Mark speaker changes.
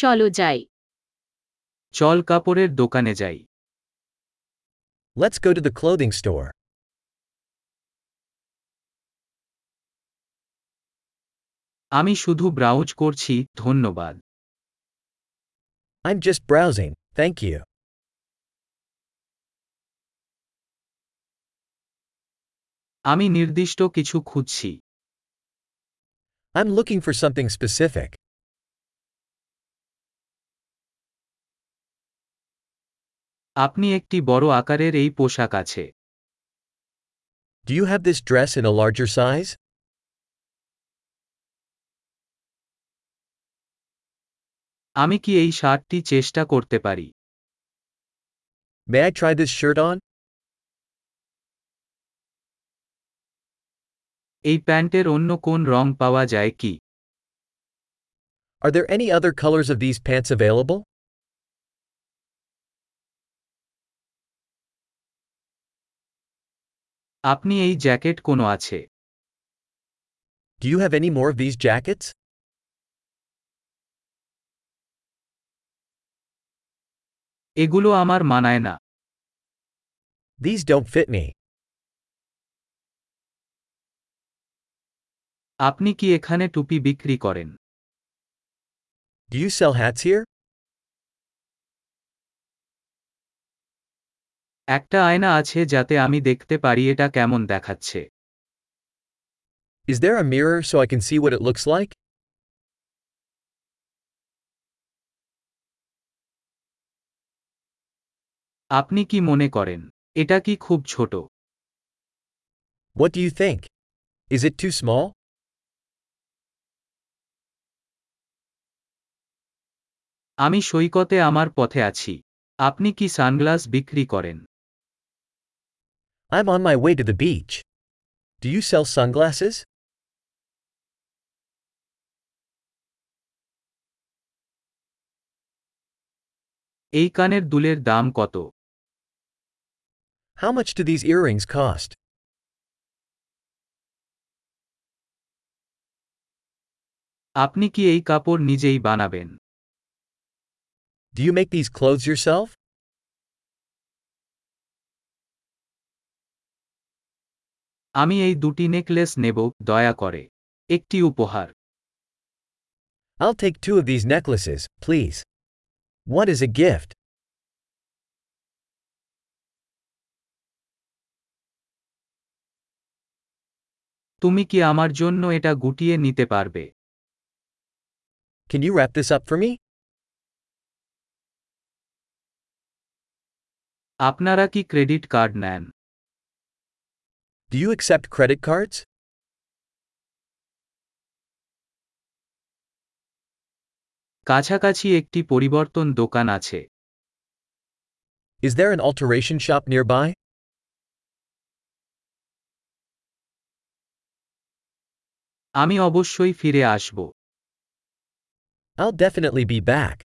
Speaker 1: চলো যাই
Speaker 2: চল কাপড়ের দোকানে যাই
Speaker 3: Let's go to the clothing store.
Speaker 2: আমি শুধু ব্রাউজ করছি ধন্যবাদ
Speaker 3: I'm just browsing, thank you.
Speaker 2: আমি নির্দিষ্ট কিছু খুঁজছি
Speaker 3: I'm looking for something specific.
Speaker 2: আপনি একটি বড় আকারের এই পোশাক আছে
Speaker 3: Do you have this dress in a larger size?
Speaker 2: আমি কি এই শার্টটি চেষ্টা করতে পারি
Speaker 3: May I try this shirt on?
Speaker 2: এই প্যান্টের অন্য কোন রং পাওয়া যায় কি
Speaker 3: Are there any other colors of these pants available?
Speaker 2: আপনি এই জ্যাকেট কোনো আছে
Speaker 3: Do you have any more of these jackets?
Speaker 2: এগুলো আমার মানায় না
Speaker 3: These don't fit me.
Speaker 2: আপনি কি এখানে টুপি বিক্রি করেন
Speaker 3: Do you sell hats here?
Speaker 2: একটা আয়না আছে যাতে আমি দেখতে পারি এটা কেমন দেখাচ্ছে
Speaker 3: Is there a mirror so I can see what it looks like?
Speaker 2: আপনি কি মনে করেন এটা কি খুব ছোট
Speaker 3: What do you think? Is it too small?
Speaker 2: আমি সৈকতে আমার পথে আছি আপনি কি সানগ্লাস বিক্রি করেন
Speaker 3: I'm on my way to the beach. Do you sell sunglasses?
Speaker 2: এই কানের দুলের দাম কত
Speaker 3: How much do these earrings cost?
Speaker 2: আপনি কি এই কাপড় নিজেই বানাবেন
Speaker 3: Do you make these clothes yourself?
Speaker 2: আমি এই দুটি নেকলেস নেব দয়া করে একটি উপহার
Speaker 3: I'll take two of these necklaces, please. What is a gift?
Speaker 2: তুমি কি আমার জন্য এটা গুটিয়ে নিতে পারবে
Speaker 3: Can you wrap this up for me?
Speaker 2: আপনারা কি ক্রেডিট কার্ড নেন
Speaker 3: Do you accept credit cards?
Speaker 2: কাছাকাছি একটি পরিবর্তন দোকান আছে
Speaker 3: Is there an alteration shop nearby?
Speaker 2: আমি অবশ্যই ফিরে আসব
Speaker 3: I'll definitely be back.